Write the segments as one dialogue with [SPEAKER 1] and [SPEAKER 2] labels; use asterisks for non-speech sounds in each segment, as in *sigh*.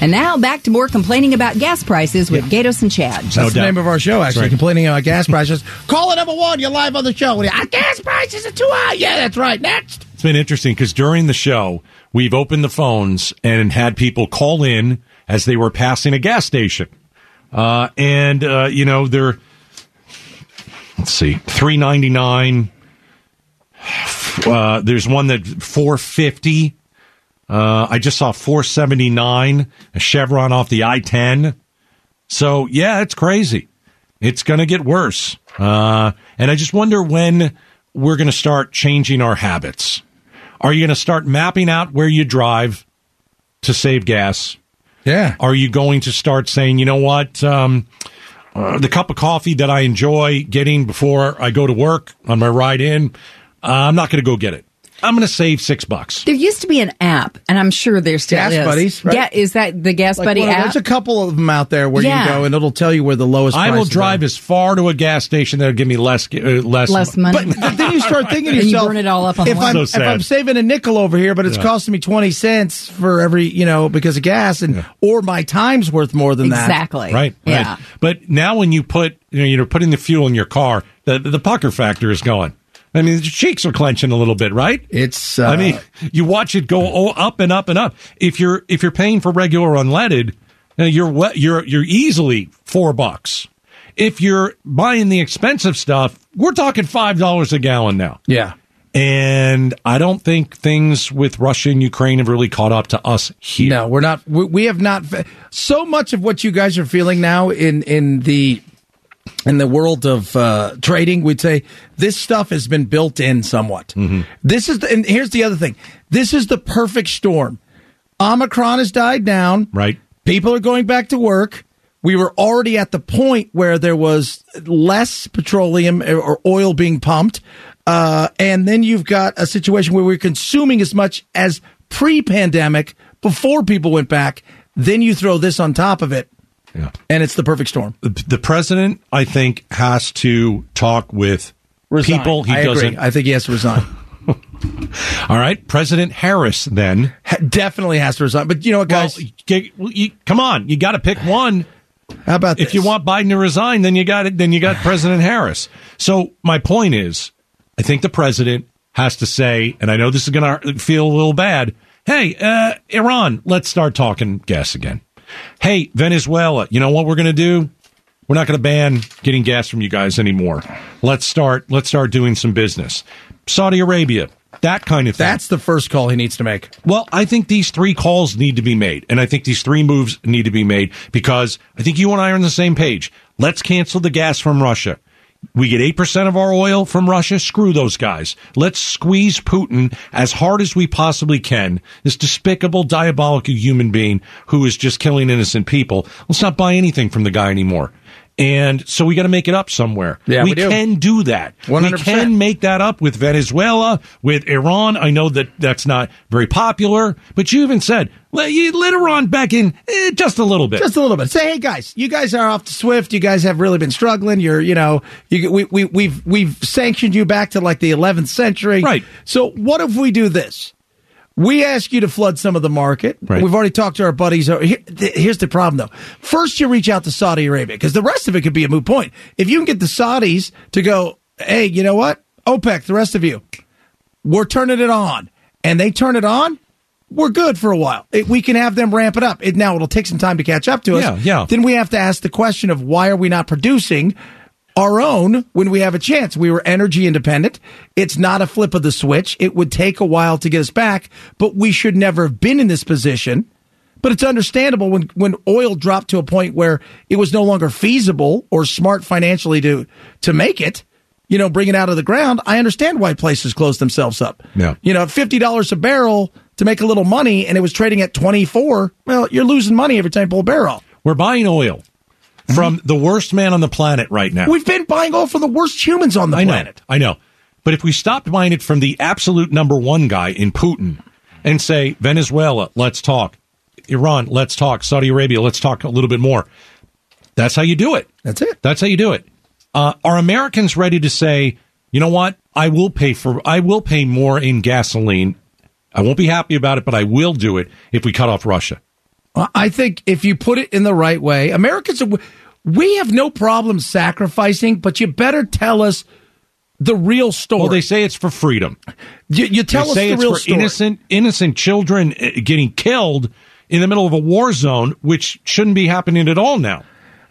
[SPEAKER 1] And now back to more complaining about gas prices with Gatos and Chad.
[SPEAKER 2] That's the
[SPEAKER 3] doubt.
[SPEAKER 2] name of our show, actually.
[SPEAKER 3] right.
[SPEAKER 2] Complaining about gas prices. *laughs* Caller number one, you're live on the show. Our gas prices are too high. Yeah, that's right. Next.
[SPEAKER 3] It's been interesting because during the show, we've opened the phones and had people call in as they were passing a gas station. Uh, and, uh, you know, they're, let's see, three ninety nine. Uh, there's one that 450. Uh, I just saw 479, a Chevron off the I 10. So, yeah, it's crazy. It's going to get worse. Uh, and I just wonder when we're going to start changing our habits. Are you going to start mapping out where you drive to save gas?
[SPEAKER 2] Yeah.
[SPEAKER 3] Are you going to start saying, you know what? Um, uh, the cup of coffee that I enjoy getting before I go to work on my ride in, uh, I'm not going to go get it. I'm going to save six bucks.
[SPEAKER 1] There used to be an app, and I'm sure there still
[SPEAKER 2] Gas
[SPEAKER 1] is.
[SPEAKER 2] Buddies, right?
[SPEAKER 1] Yeah, is that the Gas Buddy
[SPEAKER 2] Well,
[SPEAKER 1] app?
[SPEAKER 2] There's a couple of them out there where
[SPEAKER 1] Yeah.
[SPEAKER 2] you go, and it'll tell you where the lowest.
[SPEAKER 3] I will
[SPEAKER 2] prices
[SPEAKER 3] drive
[SPEAKER 2] Are.
[SPEAKER 3] as far to a gas station that'll give me less uh, less
[SPEAKER 1] Less money.
[SPEAKER 2] But *laughs* the thing you start thinking to
[SPEAKER 1] And you
[SPEAKER 2] yourself,
[SPEAKER 1] burn it all up on
[SPEAKER 2] if
[SPEAKER 1] one.
[SPEAKER 2] I'm,
[SPEAKER 3] So
[SPEAKER 2] if
[SPEAKER 3] sad.
[SPEAKER 2] I'm saving a nickel over here, but it's costing me twenty cents for every you know because of gas, and or my time's worth more than that.
[SPEAKER 1] exactly.
[SPEAKER 3] Right.
[SPEAKER 1] Yeah.
[SPEAKER 3] Right. But now when you put you know you're putting the fuel in your car, the the pucker factor is going. I mean, your cheeks are clenching a little bit, right?
[SPEAKER 2] It's. Uh,
[SPEAKER 3] I mean, you watch it go oh, up and up and up. If you're if you're paying for regular unleaded, uh, you're we- you're you're easily four bucks. If you're buying the expensive stuff, we're talking five dollars a gallon now.
[SPEAKER 2] yeah.
[SPEAKER 3] And I don't think things with Russia and Ukraine have really caught up to us here.
[SPEAKER 2] No, we're not. We, we have not. So much of what you guys are feeling now in in the in the world of uh, trading, we'd say this stuff has been built in somewhat. This is, the, and here's the other thing: this is the perfect storm. Omicron has died down.
[SPEAKER 3] Right.
[SPEAKER 2] People are going back to work. We were already at the point where there was less petroleum or oil being pumped. Uh, and then you've got a situation where we're consuming as much as pre pandemic before people went back. Then you throw this on top of it,
[SPEAKER 3] Yeah.
[SPEAKER 2] and it's the perfect storm.
[SPEAKER 3] the the president, I think, has to talk with
[SPEAKER 2] Resign.
[SPEAKER 3] people he
[SPEAKER 2] I agree.
[SPEAKER 3] doesn't.
[SPEAKER 2] I think he has to resign.
[SPEAKER 3] All right, President Harris. Then,
[SPEAKER 2] *laughs* Ha- Definitely has to resign. But you know what,
[SPEAKER 3] well,
[SPEAKER 2] guys?
[SPEAKER 3] g- well, you- come on, you got to pick one.
[SPEAKER 2] How about
[SPEAKER 3] If you
[SPEAKER 2] this?
[SPEAKER 3] want Biden to resign, then you got it. Then
[SPEAKER 2] *sighs*
[SPEAKER 3] you got President Harris. So my point is, I think the president has to say, and I know this is going to feel a little bad. Hey, uh, Iran, let's start talking gas again. Hey, Venezuela, you know what we're going to do? We're not going to ban getting gas from you guys anymore. Let's start. Let's start doing some business. Saudi Arabia, that kind of thing.
[SPEAKER 2] That's the first call he needs to make.
[SPEAKER 3] Well, I think these three calls need to be made, and I think these three moves need to be made because I think you and I are on the same page. Let's cancel the gas from Russia. We get 8% of our oil from Russia. Screw those guys. Let's squeeze Putin as hard as we possibly can. This despicable, diabolical human being who is just killing innocent people. Let's not buy anything from the guy anymore. And so we got to make it up somewhere.
[SPEAKER 2] Yeah, we do.
[SPEAKER 3] can do that. We
[SPEAKER 2] 100%.
[SPEAKER 3] can make that up with Venezuela, with Iran. I know that that's not very popular, but you even said let, you let Iran back in eh, just a little bit.
[SPEAKER 2] just a little bit. Say, hey guys, you guys are off to Swift. You guys have really been struggling. You're, you know, you, we, we we've we've sanctioned you back to like the 11th century.
[SPEAKER 3] Right.
[SPEAKER 2] So what if we do this? We ask you to flood some of the market.
[SPEAKER 3] Right.
[SPEAKER 2] We've already talked to our buddies. Oh, Here- th- Here's the problem, though. First, you reach out to Saudi Arabia because the rest of it could be a moot point. If you can get the Saudis to go, hey, you know what? OPEC, the rest of you, we're turning it on, and they turn it on, we're good for a while. It, we can have them ramp it up. It, now it'll take some time to catch up to us.
[SPEAKER 3] Yeah, yeah.
[SPEAKER 2] Then we have to ask the question of why are we not producing our own when we have a chance? We were energy independent. It's not a flip of the switch. It would take a while to get us back, but we should never have been in this position. But it's understandable when, when oil dropped to a point where it was no longer feasible or smart financially to to make it, you know, bring it out of the ground. I understand why places close themselves up.
[SPEAKER 3] Yeah.
[SPEAKER 2] You know, fifty dollars a barrel to make a little money and it was trading at twenty four, well, you're losing money every time you pull a barrel.
[SPEAKER 3] We're buying oil from
[SPEAKER 2] Mm-hmm.
[SPEAKER 3] the worst man on the planet right now.
[SPEAKER 2] We've been buying oil from the worst humans on the
[SPEAKER 3] I know.
[SPEAKER 2] planet.
[SPEAKER 3] I know. But if we stopped buying it from the absolute number one guy in Putin and say, Venezuela, let's talk. Iran, let's talk. Saudi Arabia, let's talk a little bit more. That's how you do it.
[SPEAKER 2] That's it.
[SPEAKER 3] That's how you do it. Uh, are Americans ready to say, you know what? I will pay for. I will pay more in gasoline. I won't be happy about it, but I will do it if we cut off Russia.
[SPEAKER 2] I think if you put it in the right way, Americans, are- we have no problem sacrificing, but you better tell us the real story.
[SPEAKER 3] Well, they say it's for freedom.
[SPEAKER 2] you, you tell
[SPEAKER 3] they
[SPEAKER 2] us
[SPEAKER 3] say
[SPEAKER 2] the
[SPEAKER 3] it's
[SPEAKER 2] real
[SPEAKER 3] for
[SPEAKER 2] story.
[SPEAKER 3] innocent innocent children uh, getting killed in the middle of a war zone, which shouldn't be happening at all now.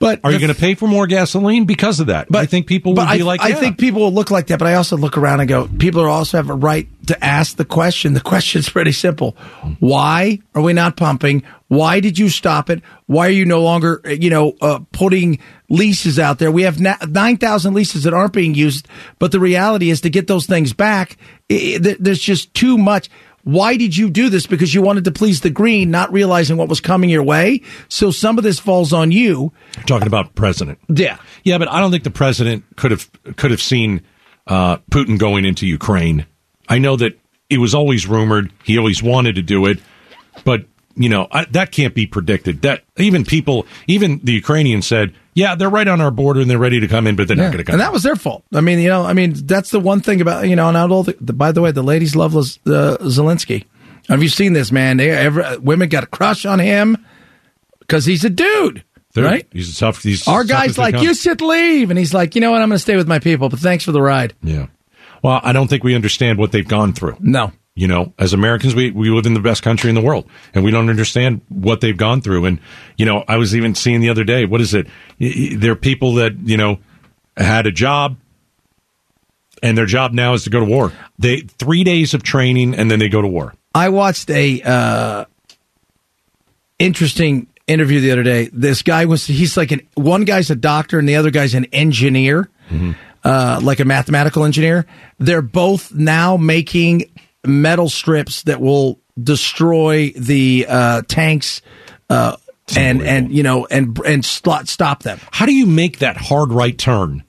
[SPEAKER 2] but
[SPEAKER 3] Are you
[SPEAKER 2] the
[SPEAKER 3] going to pay for more gasoline because of that? I think people would
[SPEAKER 2] but
[SPEAKER 3] be
[SPEAKER 2] I,
[SPEAKER 3] like,
[SPEAKER 2] I
[SPEAKER 3] yeah.
[SPEAKER 2] think people will look like that. But I also look around and go, people are also have a right to ask the question. The question's *laughs* pretty simple: Why are we not pumping? Why did you stop it? Why are you no longer, you know, uh, putting leases out there? We have na- nine thousand leases that aren't being used, but the reality is to get those things back, i i- th- there's just too much. Why did you do this? Because you wanted to please the green, not realizing what was coming your way. So some of this falls on you.
[SPEAKER 3] talking about president.
[SPEAKER 2] Yeah.
[SPEAKER 3] Yeah, but I don't think the president could have could have seen uh, Putin going into Ukraine. I know that it was always rumored. He always wanted to do it, but you know I, that can't be predicted. That even people, even the Ukrainians said, "Yeah, they're right on our border and they're ready to come in, but they're not going to come."
[SPEAKER 2] And that was their fault. I mean, you know, I mean, that's the one thing about you know. And all the, the, by the way, the ladies love Liz- uh, Zelensky. Have you seen this man? They, every, women got a crush on him because he's a dude,
[SPEAKER 3] They're-
[SPEAKER 2] right?
[SPEAKER 3] He's a tough. He's
[SPEAKER 2] Our
[SPEAKER 3] tough as
[SPEAKER 2] guy's
[SPEAKER 3] they
[SPEAKER 2] like,
[SPEAKER 3] come.
[SPEAKER 2] you should leave, and he's like, you know what? I'm going to stay with my people. But thanks for the ride.
[SPEAKER 3] Yeah. Well, I don't think we understand what they've gone through.
[SPEAKER 2] No,
[SPEAKER 3] You know, as Americans, we, we live in the best country in the world and we don't understand what they've gone through. And, you know, I was even seeing the other day, what is it? Y- y- There are people that, you know, had a job and their job now is to go to war. They, three days of training and then they go to war.
[SPEAKER 2] I watched a uh, interesting interview the other day. This guy was he's like an one guy's a doctor and the other guy's an engineer,
[SPEAKER 3] Mm-hmm.
[SPEAKER 2] uh, like a mathematical engineer. They're both now making metal strips that will destroy the uh, tanks uh, and and you know and and slot, stop them.
[SPEAKER 3] How do you make that hard right turn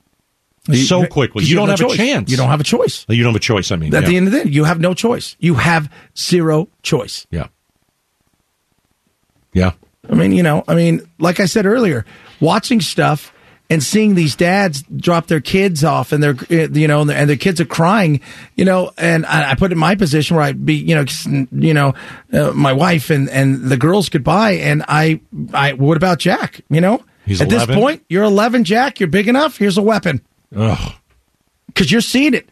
[SPEAKER 3] so quickly? You, don't have, a
[SPEAKER 2] choice.
[SPEAKER 3] chance.
[SPEAKER 2] You don't have a choice.
[SPEAKER 3] you don't have a choice. I mean,
[SPEAKER 2] At
[SPEAKER 3] yeah.
[SPEAKER 2] the end of the day, you have no choice. You have zero choice.
[SPEAKER 3] yeah. Yeah.
[SPEAKER 2] I mean, you know, I mean, like I said earlier, watching stuff and seeing these dads drop their kids off and they're, eh, you know, and their, and their kids are crying, you know, and I, I put it in my position where I'd be, you know, 'cause, you know, uh, my wife and, and the girls could buy. And I, I, what about Jack? You know,
[SPEAKER 3] He's
[SPEAKER 2] at
[SPEAKER 3] 11.
[SPEAKER 2] this point, you're 11, Jack, you're big enough. Here's a weapon
[SPEAKER 3] Ugh.
[SPEAKER 2] because you're seeing it.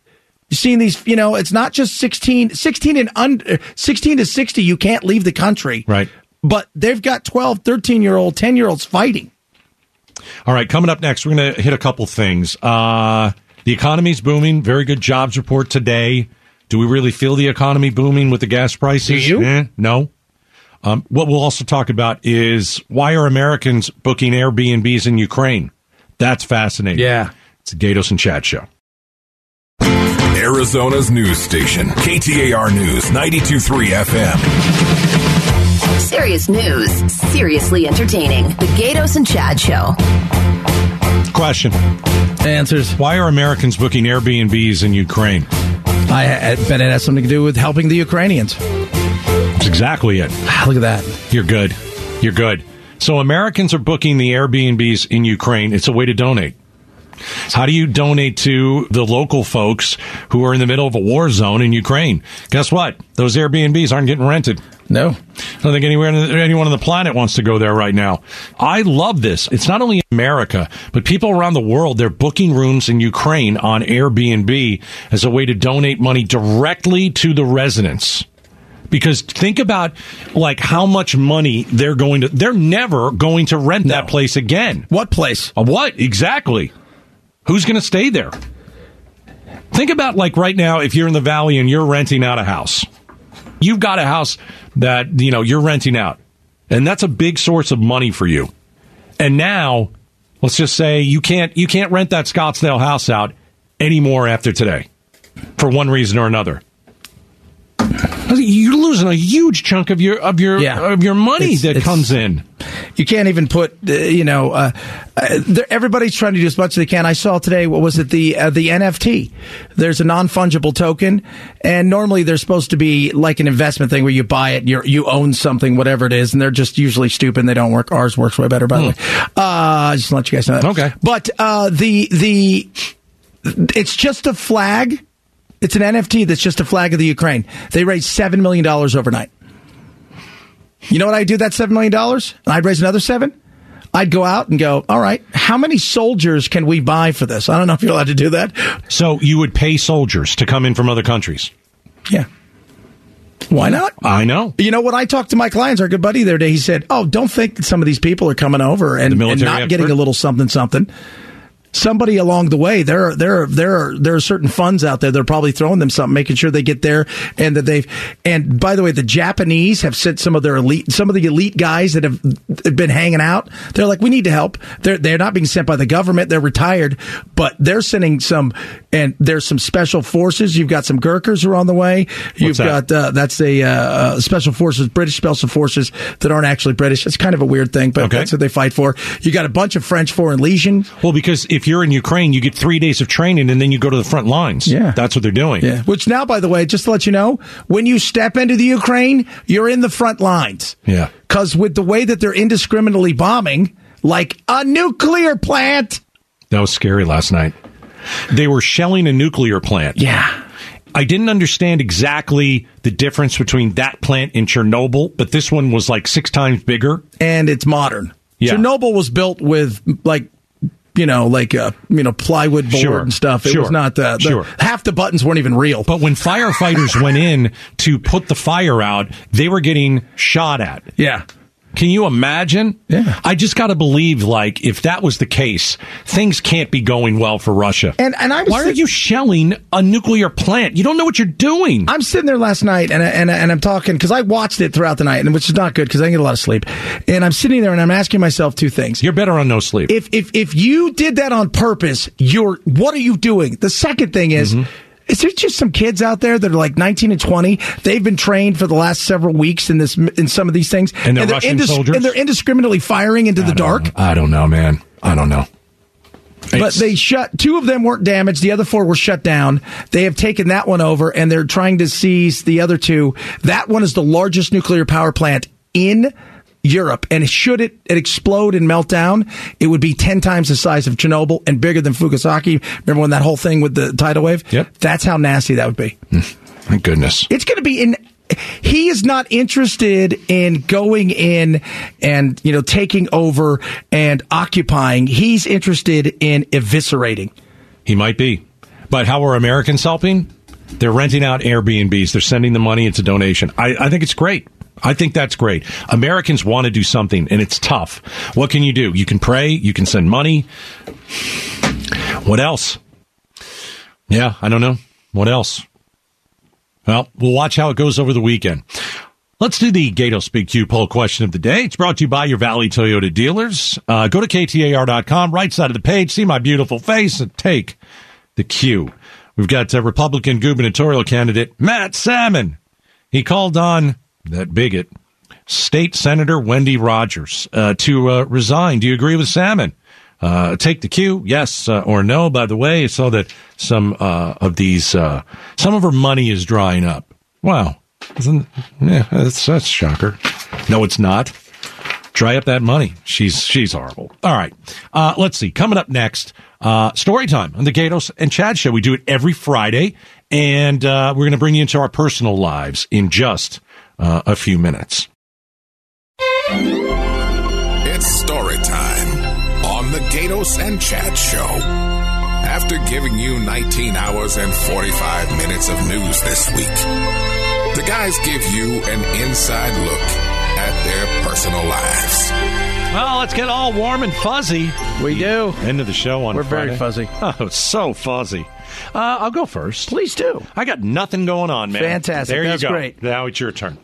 [SPEAKER 2] You're seeing these, you know, it's not just 16, 16 and under, 16 to 60, you can't leave the country.
[SPEAKER 3] Right.
[SPEAKER 2] But they've got 12, 13 year old, 10 year olds fighting.
[SPEAKER 3] All right, coming up next, we're going to hit a couple things. Uh, the economy's booming. Very good jobs report today. Do we really feel the economy booming with the gas prices?
[SPEAKER 2] Do you?
[SPEAKER 3] Eh, no. Um, what we'll also talk about is why are Americans booking Airbnbs in Ukraine? That's fascinating.
[SPEAKER 2] Yeah.
[SPEAKER 3] It's the Gatos and Chad show.
[SPEAKER 4] Arizona's news station, KTAR News 923 FM.
[SPEAKER 5] Serious news, seriously entertaining. The Gatos and Chad Show.
[SPEAKER 3] Question
[SPEAKER 2] Answers.
[SPEAKER 3] Why are Americans booking Airbnbs in Ukraine?
[SPEAKER 2] I, I bet it has something to do with helping the Ukrainians. *sighs*
[SPEAKER 3] That's exactly it.
[SPEAKER 2] Ah, Look at that.
[SPEAKER 3] You're good. You're good. So Americans are booking the Airbnbs in Ukraine. It's a way to donate. How do you donate to the local folks who are in the middle of a war zone in Ukraine? Guess what? Those Airbnbs aren't getting rented.
[SPEAKER 2] No.
[SPEAKER 3] I don't think anywhere, anyone on the planet wants to go there right now. I love this. It's not only in America, but people around the world, they're booking rooms in Ukraine on Airbnb as a way to donate money directly to the residents. Because think about like how much money they're going to, they're never going to rent that place again.
[SPEAKER 2] What place?
[SPEAKER 3] Uh, What exactly? Who's going to stay there? Think about like right now, if you're in the valley and you're renting out a house, you've got a house that you know you're renting out, and that's a big source of money for you. And now, let's just say you can't you can't rent that Scottsdale house out anymore after today, for one reason or another. You're losing a huge chunk of your of your
[SPEAKER 2] Yeah.
[SPEAKER 3] of your money
[SPEAKER 2] It's-
[SPEAKER 3] that
[SPEAKER 2] it's-
[SPEAKER 3] comes in.
[SPEAKER 2] You can't even put, uh, you know, uh, uh, they're- everybody's trying to do as much as they can. I saw today, what was it, the uh, the NFT? There's a non fungible token, and normally there's supposed to be like an investment thing where you buy it, you you own something, whatever it is, and they're just usually stupid. and They don't work. Ours works way better, by the way. Uh, just to let you guys know that.
[SPEAKER 3] Okay.
[SPEAKER 2] but uh, the the it's just a flag. It's an NFT that's just a flag of the Ukraine. They raised seven million dollars overnight. You know what I'd do with that $7 million? And I'd raise another seven? I'd go out and go, all right, how many soldiers can we buy for this? I don't know if you're allowed to do that.
[SPEAKER 3] So you would pay soldiers to come in from other countries.
[SPEAKER 2] Yeah. Why not?
[SPEAKER 3] I know.
[SPEAKER 2] You know what? I talked to my clients, our good buddy, the other day. He said, "Oh, don't think that some of these people are coming over and,
[SPEAKER 3] The military
[SPEAKER 2] and not
[SPEAKER 3] expert?
[SPEAKER 2] getting a little something, something." Somebody along the way, there are there are there are there are certain funds out there. They're probably throwing them something, making sure they get there and that they've. And by the way, the Japanese have sent some of their elite, some of the elite guys that have been hanging out. They're like, we need to help. They're they're not being sent by the government. They're retired, but they're sending some. And there's some special forces. You've got some Gurkhas who are on the way. You've
[SPEAKER 3] that?
[SPEAKER 2] got uh, that's a uh, uh, special forces, British special forces that aren't actually British. It's kind of a weird thing, but
[SPEAKER 3] Okay.
[SPEAKER 2] that's what they fight for. You got a bunch of French Foreign Legion,
[SPEAKER 3] Well, because if you're in Ukraine, you get three days of training and then you go to the front lines.
[SPEAKER 2] Yeah.
[SPEAKER 3] That's what they're doing.
[SPEAKER 2] Which now, by the way, just to let you know, when you step into the Ukraine, you're in the front lines.
[SPEAKER 3] Yeah.
[SPEAKER 2] Because with the way that they're indiscriminately bombing, like a nuclear plant.
[SPEAKER 3] That was scary last night. They were shelling a nuclear plant.
[SPEAKER 2] Yeah.
[SPEAKER 3] I didn't understand exactly the difference between that plant and Chernobyl, but this one was like six times bigger.
[SPEAKER 2] and it's modern.
[SPEAKER 3] Yeah.
[SPEAKER 2] Chernobyl was built with like you know like uh, you know plywood board
[SPEAKER 3] Sure.
[SPEAKER 2] and stuff. It
[SPEAKER 3] Sure.
[SPEAKER 2] was not uh, the, the
[SPEAKER 3] Sure.
[SPEAKER 2] half the buttons weren't even real.
[SPEAKER 3] But when firefighters went in to put the fire out, they were getting shot at.
[SPEAKER 2] yeah.
[SPEAKER 3] Can you imagine?
[SPEAKER 2] Yeah.
[SPEAKER 3] I just got to believe, like, if that was the case, things can't be going well for Russia.
[SPEAKER 2] And- and I was
[SPEAKER 3] why are
[SPEAKER 2] think-
[SPEAKER 3] you shelling a nuclear plant? You don't know what you're doing.
[SPEAKER 2] I'm sitting there last night and I- and I- and I'm talking because I watched it throughout the night and which is not good because I didn't get a lot of sleep. And I'm sitting there and I'm asking myself two things.
[SPEAKER 3] you're better on no sleep.
[SPEAKER 2] if if if you did that on purpose, you're what are you doing? The second thing is.
[SPEAKER 3] Mm-hmm.
[SPEAKER 2] Is there just some kids out there that are like 19 and 20? They've been trained for the last several weeks in this in some of these things,
[SPEAKER 3] And they're Russian soldiers?
[SPEAKER 2] and they're indiscriminately firing into the dark.
[SPEAKER 3] I don't know, man. I don't know.
[SPEAKER 2] But they shut two of them weren't damaged. The other four were shut down. They have taken that one over and they're trying to seize the other two. That one is the largest nuclear power plant in Europe. And should it, it explode and melt down, it would be 10 times the size of Chernobyl and bigger than Fukusaki. Remember when that whole thing with the tidal wave?
[SPEAKER 3] Yep.
[SPEAKER 2] That's how nasty that would be.
[SPEAKER 3] Thank goodness.
[SPEAKER 2] It's going to be in. He is not interested in going in and you know taking over and occupying. He's interested in eviscerating.
[SPEAKER 3] He might be. But how are Americans helping? They're renting out Airbnbs. They're sending the money. It's a donation. I, I think it's great. I think that's great. Americans want to do something, and it's tough. What can you do? You can pray. You can send money. What else? Yeah, I don't know. What else? Well, we'll watch how it goes over the weekend. Let's do the Gatos Big Q poll question of the day. It's brought to you by your Valley Toyota dealers. Uh, go to KTAR.com, right side of the page, see my beautiful face, and take the Q. We've got uh, Republican gubernatorial candidate Matt Salmon. He called on that bigot, State Senator Wendy Rogers, uh, to uh, resign. Do you agree with Salmon? Uh, take the cue, yes uh, or no. By the way, I saw that some uh, of these, uh, some of her money is drying up. Wow, isn't yeah, that's that's a shocker. No, it's not. Dry up that money. She's she's horrible. All right, uh, let's see. Coming up next, uh, story time on the Gatos and Chad show. We do it every Friday, and uh, we're going to bring you into our personal lives in just uh, a few minutes.
[SPEAKER 4] It's story time on the Gatos and Chad Show. After giving you 19 hours and 45 minutes of news this week, the guys give you an inside look at their personal lives.
[SPEAKER 3] Well, let's get all warm and fuzzy.
[SPEAKER 2] We do.
[SPEAKER 3] End of the show on
[SPEAKER 2] We're very
[SPEAKER 3] Friday.
[SPEAKER 2] fuzzy.
[SPEAKER 3] Oh, it's so fuzzy. Uh, I'll go first.
[SPEAKER 2] Please do.
[SPEAKER 3] I got nothing going on, man.
[SPEAKER 2] Fantastic.
[SPEAKER 3] There
[SPEAKER 2] That's
[SPEAKER 3] you go.
[SPEAKER 2] great.
[SPEAKER 3] Now it's your turn.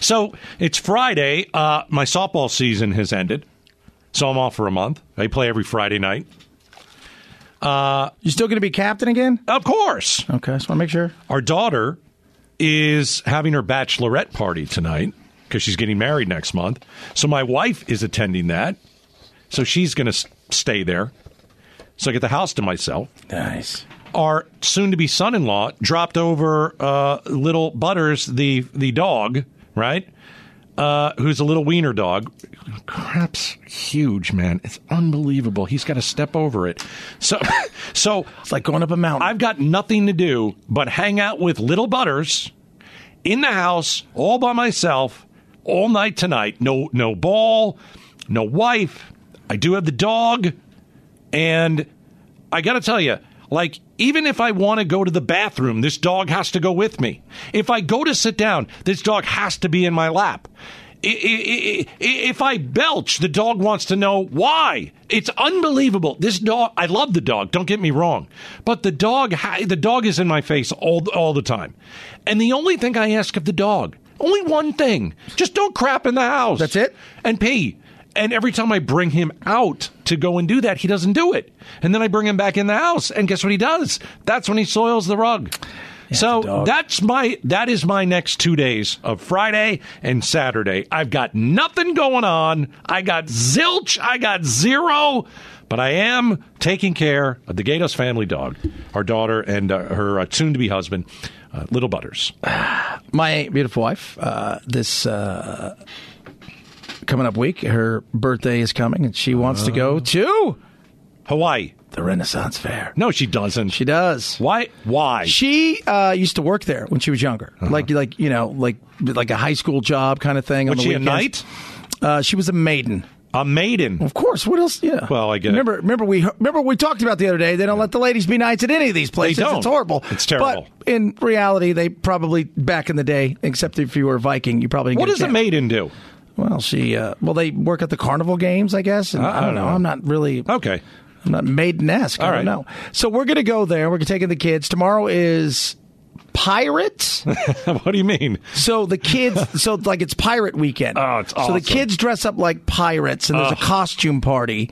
[SPEAKER 3] So it's Friday. Uh, my softball season has ended, so I'm off for a month. I play every Friday night.
[SPEAKER 2] You still going to be captain again?
[SPEAKER 3] Of course,
[SPEAKER 2] Okay, I just want to make sure.
[SPEAKER 3] our daughter is having her bachelorette party tonight because she's getting married next month. So my wife is attending that. So she's going to s- stay there. So I get the house to myself.
[SPEAKER 2] Nice.
[SPEAKER 3] our soon-to-be son-in-law dropped over uh, little Butters, the the dog, right? Uh, who's a little wiener dog? Crap's huge, man. It's unbelievable. He's got to step over it. So, *laughs* so
[SPEAKER 2] It's like going up a mountain.
[SPEAKER 3] I've got nothing to do but hang out with little Butters in the house all by myself all night tonight. No, no ball, no wife. I do have the dog, and I got to tell you, like, even if I want to go to the bathroom, this dog has to go with me. If I go to sit down, this dog has to be in my lap. I- I- I- I- If I belch, the dog wants to know why. It's unbelievable. This dog, I love the dog. Don't get me wrong, but the dog, ha- the dog is in my face all all the time. And the only thing I ask of the dog, only one thing, just don't crap in the house.
[SPEAKER 2] That's it?
[SPEAKER 3] And pee. And every time I bring him out to go and do that, he doesn't do it. And then I bring him back in the house, and guess what he does? That's when he soils the rug. so that's my that is my next two days of Friday and Saturday. I've got nothing going on. I got zilch. I got zero. But I am taking care of the Gatos family dog, our daughter and uh, her uh, soon-to-be husband, uh, Little Butters.
[SPEAKER 2] my beautiful wife uh, this uh, coming up week her birthday is coming and she wants to
[SPEAKER 3] Oh.
[SPEAKER 2] go to
[SPEAKER 3] Hawaii?
[SPEAKER 2] the renaissance fair
[SPEAKER 3] No, she doesn't.
[SPEAKER 2] she does
[SPEAKER 3] Why? Why?
[SPEAKER 2] she uh, used to work there when she was younger
[SPEAKER 3] Uh-huh.
[SPEAKER 2] like like you know like like a high school job kind of thing on
[SPEAKER 3] Was
[SPEAKER 2] the
[SPEAKER 3] she a
[SPEAKER 2] weekends.
[SPEAKER 3] knight?
[SPEAKER 2] uh, she was a maiden
[SPEAKER 3] A maiden.
[SPEAKER 2] of course what else yeah
[SPEAKER 3] Well, I get it.
[SPEAKER 2] remember remember we remember we talked about the other day they don't let the ladies be knights at any of these places
[SPEAKER 3] don't.
[SPEAKER 2] it's horrible
[SPEAKER 3] It's terrible.
[SPEAKER 2] but in reality they probably back in the day except if you were a viking you probably didn't
[SPEAKER 3] What
[SPEAKER 2] get a
[SPEAKER 3] does a
[SPEAKER 2] chance.
[SPEAKER 3] maiden do?
[SPEAKER 2] Well, she. Uh, well, they work at the carnival games, I guess. And I, don't know. I'm not really.
[SPEAKER 3] Okay. *laughs*
[SPEAKER 2] I'm not maiden-esque. I
[SPEAKER 3] All
[SPEAKER 2] don't
[SPEAKER 3] right.
[SPEAKER 2] know. So we're gonna go there. We're taking the kids. Tomorrow is pirates.
[SPEAKER 3] what do you mean?
[SPEAKER 2] so the
[SPEAKER 3] *laughs*
[SPEAKER 2] kids. So like it's pirate weekend.
[SPEAKER 3] Oh, it's
[SPEAKER 2] So
[SPEAKER 3] awesome.
[SPEAKER 2] the kids dress up like pirates, and there's a costume party.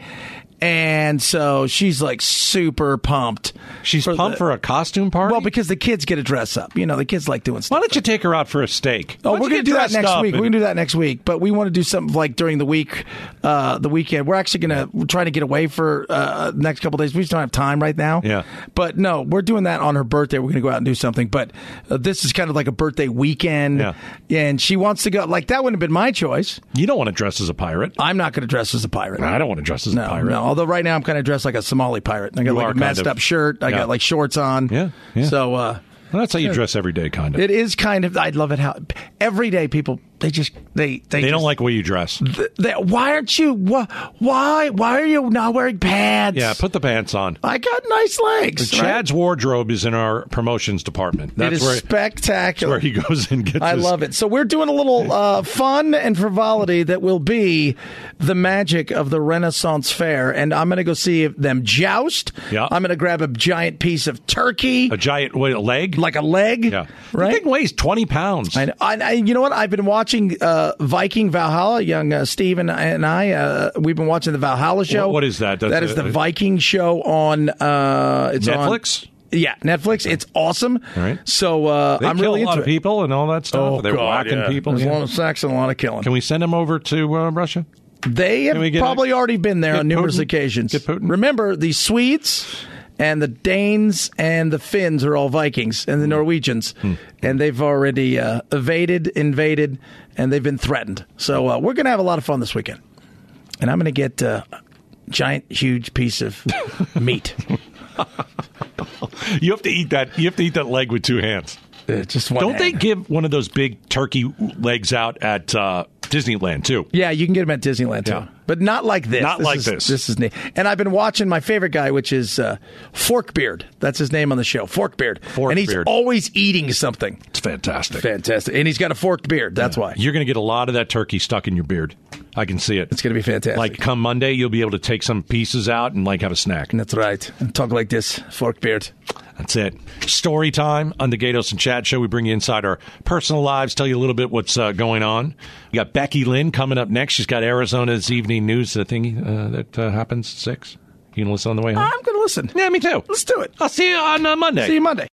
[SPEAKER 2] And so she's like super pumped.
[SPEAKER 3] She's
[SPEAKER 2] the-
[SPEAKER 3] pumped for a costume party?
[SPEAKER 2] Well, because the kids get to dress up. You know, the kids like doing stuff.
[SPEAKER 3] Why don't you take her out for a steak?
[SPEAKER 2] Oh,
[SPEAKER 3] Why don't
[SPEAKER 2] we're
[SPEAKER 3] you
[SPEAKER 2] gonna
[SPEAKER 3] get
[SPEAKER 2] do that
[SPEAKER 3] dressed
[SPEAKER 2] next
[SPEAKER 3] up
[SPEAKER 2] week.
[SPEAKER 3] and-
[SPEAKER 2] We're gonna do that next week, but we want to do something like during the week, uh, the weekend. We're actually gonna we're trying to get away for uh, next couple days. We just don't have time right now.
[SPEAKER 3] Yeah.
[SPEAKER 2] but no, we're doing that on her birthday. We're gonna go out and do something. But uh, this is kind of like a birthday weekend.
[SPEAKER 3] Yeah.
[SPEAKER 2] and she wants to go. Like that wouldn't have been my choice.
[SPEAKER 3] You don't want to dress as a pirate.
[SPEAKER 2] I'm not gonna dress as a pirate.
[SPEAKER 3] I don't want to dress as
[SPEAKER 2] No,
[SPEAKER 3] a pirate.
[SPEAKER 2] no. Although right now I'm kind of dressed like a Somali pirate. I got
[SPEAKER 3] You are
[SPEAKER 2] like a
[SPEAKER 3] kind
[SPEAKER 2] messed
[SPEAKER 3] of.
[SPEAKER 2] up shirt. I
[SPEAKER 3] Yeah.
[SPEAKER 2] got like shorts on.
[SPEAKER 3] Yeah, yeah.
[SPEAKER 2] So uh,
[SPEAKER 3] Well, *laughs* that's how you dress every day, kind of.
[SPEAKER 2] it is kind of. I love it how every day people they just they they,
[SPEAKER 3] they
[SPEAKER 2] just,
[SPEAKER 3] don't like the way you dress.
[SPEAKER 2] that why aren't you why why why are you not wearing pants?
[SPEAKER 3] Yeah, put the pants on.
[SPEAKER 2] I got nice legs.
[SPEAKER 3] Chad's wardrobe is in our promotions department.
[SPEAKER 2] right? it
[SPEAKER 3] That's
[SPEAKER 2] is
[SPEAKER 3] where,
[SPEAKER 2] spectacular.
[SPEAKER 3] where he goes and gets
[SPEAKER 2] I
[SPEAKER 3] his-
[SPEAKER 2] love it. So we're doing a little uh, fun and frivolity that will be the magic of the Renaissance Fair, and I'm going to go see them joust.
[SPEAKER 3] Yeah.
[SPEAKER 2] I'm going to grab a giant piece of turkey,
[SPEAKER 3] A giant wait, a leg?
[SPEAKER 2] like a leg.
[SPEAKER 3] yeah.
[SPEAKER 2] right.
[SPEAKER 3] The thing weighs 20 pounds.
[SPEAKER 2] I, know. I, I you know what? I've been watching uh, Viking Valhalla. Young uh, Steve and, and I, uh, we've been watching the Valhalla show.
[SPEAKER 3] What- what is that? That's
[SPEAKER 2] that is
[SPEAKER 3] a-
[SPEAKER 2] the Viking show on uh, it's on-
[SPEAKER 3] Netflix?
[SPEAKER 2] yeah, Netflix. It's awesome.
[SPEAKER 3] All right.
[SPEAKER 2] So uh,
[SPEAKER 3] They
[SPEAKER 2] I'm
[SPEAKER 3] kill
[SPEAKER 2] really
[SPEAKER 3] a lot
[SPEAKER 2] into
[SPEAKER 3] of
[SPEAKER 2] it.
[SPEAKER 3] people and all that stuff.
[SPEAKER 2] Oh,
[SPEAKER 3] They're
[SPEAKER 2] God,
[SPEAKER 3] whacking
[SPEAKER 2] yeah.
[SPEAKER 3] people.
[SPEAKER 2] There's
[SPEAKER 3] Yeah.
[SPEAKER 2] a lot of sex and a lot of killing.
[SPEAKER 3] Can we send him over to uh, Russia?
[SPEAKER 2] they have
[SPEAKER 3] we get
[SPEAKER 2] probably
[SPEAKER 3] a-
[SPEAKER 2] already been there
[SPEAKER 3] get
[SPEAKER 2] on numerous
[SPEAKER 3] Putin?
[SPEAKER 2] occasions.
[SPEAKER 3] Get Putin?
[SPEAKER 2] Remember, the Swedes and the Danes and the Finns are all Vikings,
[SPEAKER 3] Hmm.
[SPEAKER 2] and the Norwegians, and they've already uh, evaded, invaded, and they've been threatened. So uh, we're going to have a lot of fun this weekend, and I'm going to get uh, a giant, huge piece
[SPEAKER 3] *laughs*
[SPEAKER 2] of meat.
[SPEAKER 3] You have to eat that. You have to eat that leg with two hands.
[SPEAKER 2] Uh, just one
[SPEAKER 3] Don't they
[SPEAKER 2] hand.
[SPEAKER 3] give one of those big turkey legs out at uh, Disneyland too?
[SPEAKER 2] Yeah, you can get them at Disneyland too,
[SPEAKER 3] Yeah.
[SPEAKER 2] but not like this.
[SPEAKER 3] Not like
[SPEAKER 2] is-
[SPEAKER 3] this.
[SPEAKER 2] This is neat. And I've been watching my favorite guy, which is uh, Forkbeard. That's his name on the show, Forkbeard. and he's
[SPEAKER 3] Forkbeard.
[SPEAKER 2] always eating something.
[SPEAKER 3] It's fantastic.
[SPEAKER 2] Fantastic, and he's got a forked beard. That's why.
[SPEAKER 3] You're going to get a lot of that turkey stuck in your beard. I can see it.
[SPEAKER 2] It's going to be fantastic.
[SPEAKER 3] like come Monday, you'll be able to take some pieces out and like have a snack.
[SPEAKER 2] that's right. Talk like this, forked beard.
[SPEAKER 3] That's it. Story time on the Gatos and Chad show. We bring you inside our personal lives, tell you a little bit what's uh, going on. We got Becky Lynn coming up next. She's got Arizona's evening news. The thing uh, that uh, happens at six. You can listen on the way home.
[SPEAKER 2] I'm going to listen.
[SPEAKER 3] yeah, me too.
[SPEAKER 2] Let's do it.
[SPEAKER 3] I'll see you on uh, Monday.
[SPEAKER 2] See you Monday.